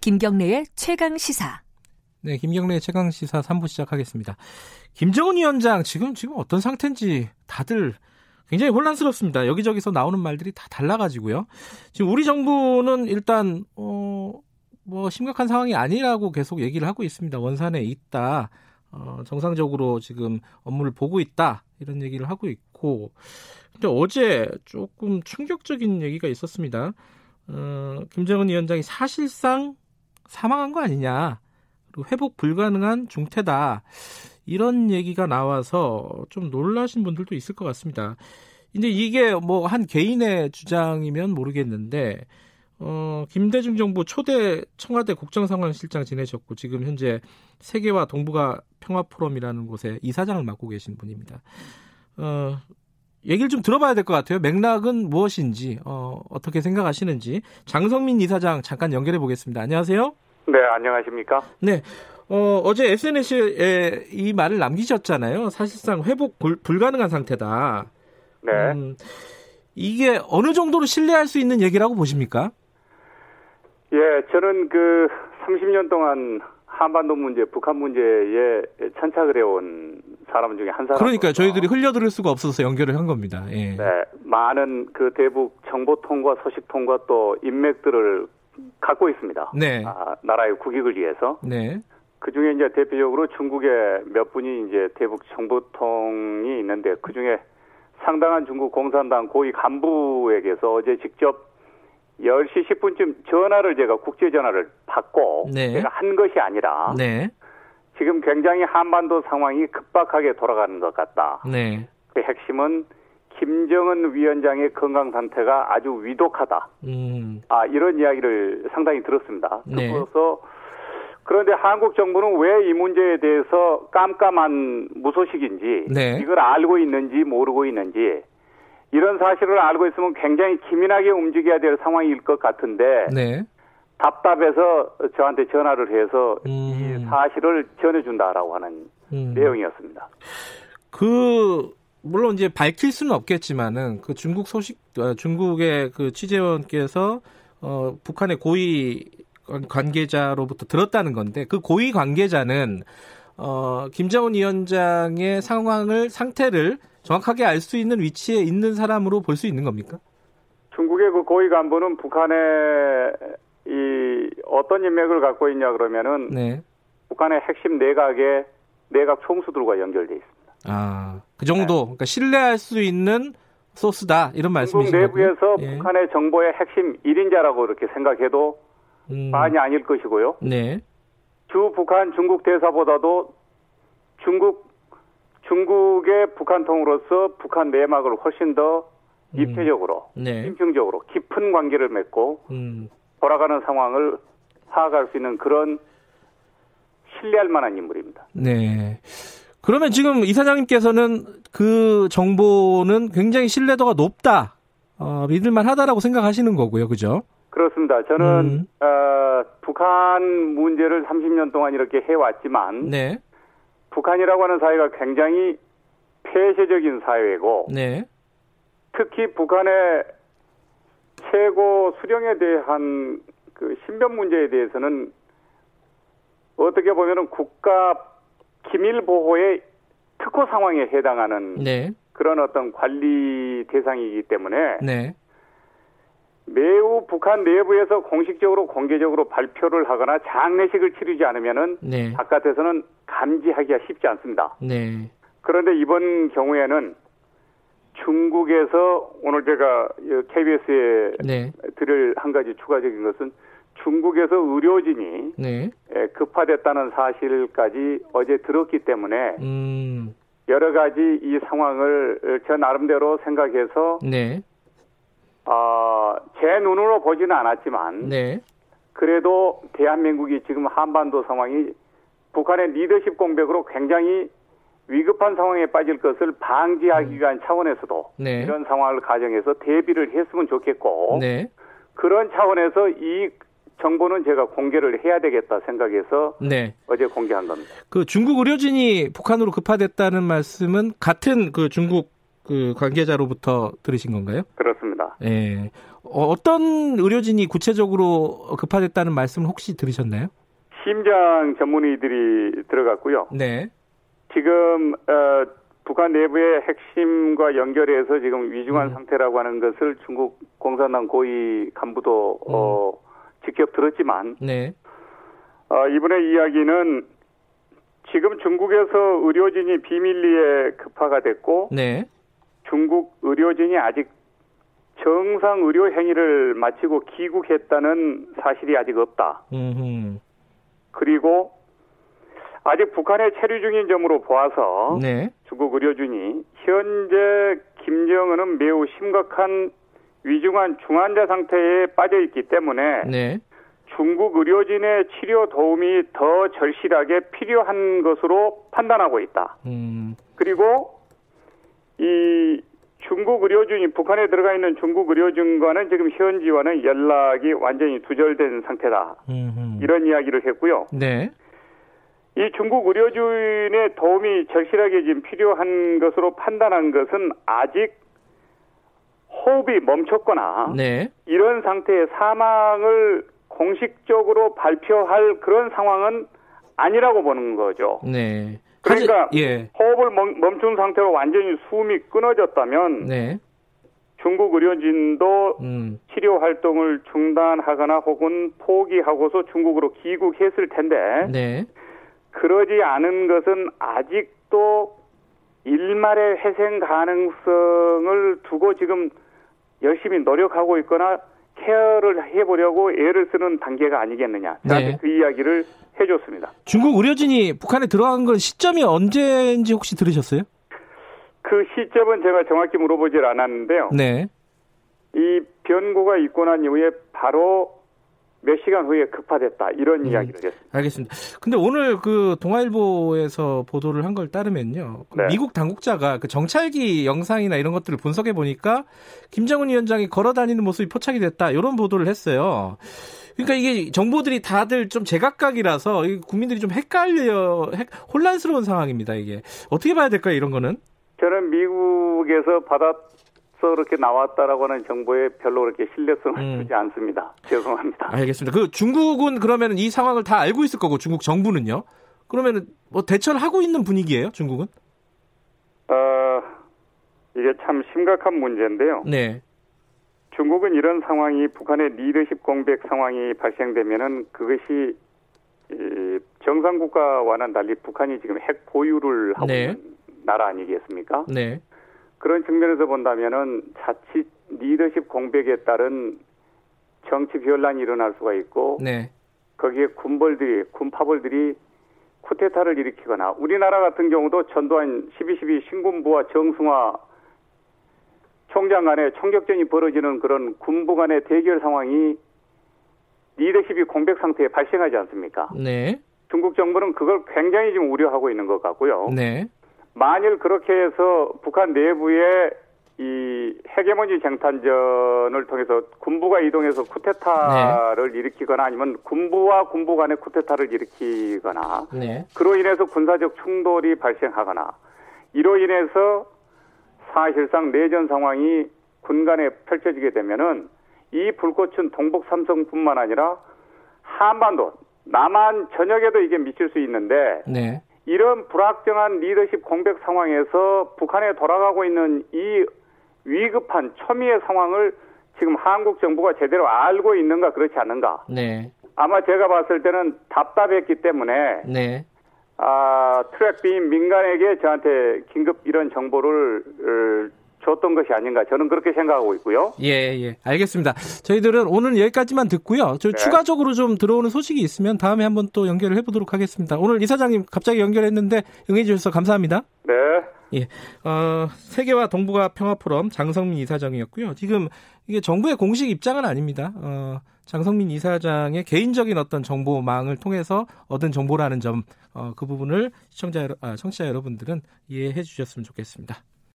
김경래의 최강 시사. 네, 김경래 최강 시사 3부 시작하겠습니다. 김정은 위원장 지금 지금 어떤 상태인지 다들 굉장히 혼란스럽습니다. 여기저기서 나오는 말들이 다 달라가지고요. 지금 우리 정부는 일단 어, 뭐 심각한 상황이 아니라고 계속 얘기를 하고 있습니다. 원산에 있다. 어, 정상적으로 지금 업무를 보고 있다. 이런 얘기를 하고 있고. 근데 어제 조금 충격적인 얘기가 있었습니다. 어, 김정은 위원장이 사실상 사망한 거 아니냐. 그리고 회복 불가능한 중태다. 이런 얘기가 나와서 좀 놀라신 분들도 있을 것 같습니다. 근데 이게 뭐 한 개인의 주장이면 모르겠는데, 어, 김대중 정부 초대 청와대 국정상황실장 지내셨고, 지금 현재 세계와 동북아 평화포럼이라는 곳에 이사장을 맡고 계신 분입니다. 어, 얘기를 좀 들어봐야 될 것 같아요. 맥락은 무엇인지, 어, 어떻게 생각하시는지. 장성민 이사장 잠깐 연결해 보겠습니다. 안녕하세요. 네, 안녕하십니까? 네. 어, 어제 SNS에 이 말을 남기셨잖아요. 사실상 회복 불, 불가능한 상태다. 네. 음, 이게 어느 정도로 신뢰할 수 있는 얘기라고 보십니까? 예, 저는 그 30년 동안 한반도 문제, 북한 문제에 천착을 해온 사람 중에 한 사람. 그러니까 저희들이 흘려들을 수가 없어서 연결을 한 겁니다. 예. 네, 많은 그 대북 정보통과 소식통과 또 인맥들을 갖고 있습니다. 네. 아, 나라의 국익을 위해서. 네. 그 중에 이제 대표적으로 중국에 몇 분이 이제 대북 정보통이 있는데 그 중에 상당한 중국 공산당 고위 간부에게서 어제 직접 10시 10분쯤 전화를 제가 국제 전화를 받고 네. 제가 한 것이 아니라 네. 지금 굉장히 한반도 상황이 급박하게 돌아가는 것 같다. 네. 그 핵심은 김정은 위원장의 건강 상태가 아주 위독하다. 음. 아 이런 이야기를 상당히 들었습니다. 네. 그래서 그런데 한국 정부는 왜 이 문제에 대해서 깜깜한 무소식인지 네. 이걸 알고 있는지 모르고 있는지 이런 사실을 알고 있으면 굉장히 기민하게 움직여야 될 상황일 것 같은데 네. 답답해서 저한테 전화를 해서 이 음. 사실을 네, 전해준다라고 하는 음. 내용이었습니다. 그 물론 이제 밝힐 수는 없겠지만은 그 중국 소식 어, 중국의 그 취재원께서 어 북한의 고위 관- 관계자로부터 들었다는 건데 그 고위 관계자는 어 김정은 위원장의 상황을 상태를 정확하게 알 수 있는 위치에 있는 사람으로 볼 수 있는 겁니까? 중국의 그 고위 간부는 북한의 이 어떤 인맥을 갖고 있냐 그러면은 네. 북한의 핵심 내각의 내각 총수들과 연결돼 있습니다. 아, 그 네. 정도 그러니까 신뢰할 수 있는 소스다 이런 중국 말씀이신 거고요. 내부에서 예. 북한의 정보의 핵심 1인자라고 이렇게 생각해도 음, 많이 아닐 것이고요. 네. 주 북한 중국 대사보다도 중국 중국의 북한 통으로서 북한 내막을 훨씬 더 입체적으로, 음. 네. 심층적으로 깊은 관계를 맺고 음. 돌아가는 상황을 파악할 수 있는 그런 신뢰할 만한 인물입니다. 네. 그러면 지금 이사장님께서는 그 정보는 굉장히 신뢰도가 높다, 어, 믿을만 하다라고 생각하시는 거고요. 그죠? 그렇습니다. 저는 음. 어, 북한 문제를 30년 동안 이렇게 해왔지만 네. 북한이라고 하는 사회가 굉장히 폐쇄적인 사회고 네. 특히 북한의 최고 수령에 대한 그 신변 문제에 대해서는 어떻게 보면은 국가 기밀 보호의 특호 상황에 해당하는 네. 그런 어떤 관리 대상이기 때문에 네. 매우 북한 내부에서 공식적으로 공개적으로 발표를 하거나 장례식을 치르지 않으면은 네. 바깥에서는 감지하기가 쉽지 않습니다. 네. 그런데 이번 경우에는 중국에서 오늘 제가 KBS에 네. 드릴 한 가지 추가적인 것은 중국에서 의료진이 네. 에, 급파됐다는 사실까지 어제 들었기 때문에 음. 여러 가지 이 상황을 저 나름대로 생각해서 네. 아, 제 눈으로 보지는 않았지만 네. 그래도 대한민국이 지금 한반도 상황이 북한의 리더십 공백으로 굉장히 위급한 상황에 빠질 것을 방지하기 위한 차원에서도 음. 네. 이런 상황을 가정해서 대비를 했으면 좋겠고 네. 그런 차원에서 이 정보는 제가 공개를 해야 되겠다 생각해서 네. 어제 공개한 겁니다. 그 중국 의료진이 북한으로 급파됐다는 말씀은 같은 그 중국 그 관계자로부터 들으신 건가요? 그렇습니다. 있습니다. 예. 어, 어떤 의료진이 구체적으로 급파됐다는 말씀을 혹시 들으셨나요? 심장 전문의들이 들어갔고요. 네. 지금 어, 북한 내부의 핵심과 연결해서 지금 위중한 음. 상태라고 하는 것을 중국 공산당 고위 간부도 음. 어, 직접 들었지만 네. 어, 이번의 이야기는 지금 중국에서 의료진이 비밀리에 급파가 됐고 네. 중국 의료진이 아직 정상 의료 행위를 마치고 귀국했다는 사실이 아직 없다. 음. 그리고 아직 북한에 체류 중인 점으로 보아서 네. 중국 의료진이 현재 김정은은 매우 심각한 위중한 중환자 상태에 빠져 있기 때문에 네. 중국 의료진의 치료 도움이 더 절실하게 필요한 것으로 판단하고 있다. 음. 그리고 이 중국 의료진이 북한에 들어가 있는 중국 의료진과는 지금 현지와는 연락이 완전히 두절된 상태다. 음. 이런 이야기를 했고요. 네. 이 중국 의료진의 도움이 절실하게 지금 필요한 것으로 판단한 것은 아직 호흡이 멈췄거나 네. 이런 상태의 사망을 공식적으로 발표할 그런 상황은 아니라고 보는 거죠. 네. 그러니까 하지- 예. 호흡을 멈, 멈춘 상태로 완전히 숨이 끊어졌다면 네. 중국 의료진도 음. 치료 활동을 중단하거나 혹은 포기하고서 중국으로 귀국했을 텐데 네. 그러지 않은 것은 아직도 일말의 회생 가능성을 두고 지금 열심히 노력하고 있거나 케어를 해보려고 애를 쓰는 단계가 아니겠느냐. 저한테 네. 그 이야기를 해줬습니다. 중국 의료진이 북한에 들어간 건 시점이 언제인지 혹시 들으셨어요? 그 시점은 제가 정확히 물어보질 않았는데요. 네. 이 변고가 있고 난 이후에 바로 몇 시간 후에 급파됐다. 음. 이런 이야기를 했습니다. 알겠습니다. 근데 오늘 그 동아일보에서 보도를 한 걸 따르면요. 그 네. 미국 당국자가 그 정찰기 영상이나 이런 것들을 분석해 보니까 김정은 위원장이 걸어 다니는 모습이 포착이 됐다. 이런 보도를 했어요. 그러니까 이게 정보들이 다들 좀 제각각이라서 이 국민들이 좀 헷갈려 헷- 혼란스러운 상황입니다. 이게 어떻게 봐야 될까요? 이런 거는 저는 미국에서 받아서 이렇게 나왔다라고 하는 정보에 별로 그렇게 신뢰성을 음. 주지 않습니다. 죄송합니다. 알겠습니다. 그 중국은 그러면 이 상황을 다 알고 있을 거고 중국 정부는요. 그러면은 뭐 대처를 하고 있는 분위기예요? 중국은? 어, 이게 참 심각한 문제인데요. 네. 중국은 이런 상황이 북한의 리더십 공백 상황이 발생되면은 그것이 이, 정상 국가와는 달리 북한이 지금 핵 보유를 하고 네. 있는 나라 아니겠습니까? 네. 그런 측면에서 본다면은 자칫 리더십 공백에 따른 정치 변란이 일어날 수가 있고 네. 거기에 군벌들이 군파벌들이 쿠데타를 일으키거나 우리나라 같은 경우도 전두환 12.12 신군부와 정승화 총장 간의 총격전이 벌어지는 그런 군부 간의 대결 상황이 리더십이 공백 상태에 발생하지 않습니까? 네. 중국 정부는 그걸 굉장히 지금 우려하고 있는 것 같고요. 네. 만일 그렇게 해서 북한 내부의 이 헤게모니 쟁탈전을 통해서 군부가 이동해서 쿠데타를 일으키거나 아니면 군부와 군부 간의 쿠데타를 일으키거나 네. 그로 인해서 군사적 충돌이 발생하거나 이로 인해서 사실상 내전 상황이 군 간에 펼쳐지게 되면은 이 불꽃은 동북 삼성뿐만 아니라 한반도 남한 전역에도 이게 미칠 수 있는데 네. 이런 불확정한 리더십 공백 상황에서 북한에 돌아가고 있는 이 위급한 초미의 상황을 지금 한국 정부가 제대로 알고 있는가 그렇지 않은가 네. 아마 제가 봤을 때는 답답했기 때문에 네. 아, 트랙 비인 민간에게 저한테 긴급 이런 정보를 어, 줬던 것이 아닌가 저는 그렇게 생각하고 있고요. 예, 예. 알겠습니다. 저희들은 오늘 여기까지만 듣고요. 저 네. 추가적으로 좀 들어오는 소식이 있으면 다음에 한번 또 연결을 해보도록 하겠습니다. 오늘 이사장님 갑자기 연결했는데 응해주셔서 감사합니다. 네. 예. 어, 세계와 동북아 평화포럼 장성민 이사장이었고요. 지금 이게 정부의 공식 입장은 아닙니다. 어, 장성민 이사장의 개인적인 어떤 정보망을 통해서 얻은 정보라는 점, 어, 그 부분을 시청자, 여러- 아, 청취자 여러분들은 이해해 주셨으면 좋겠습니다.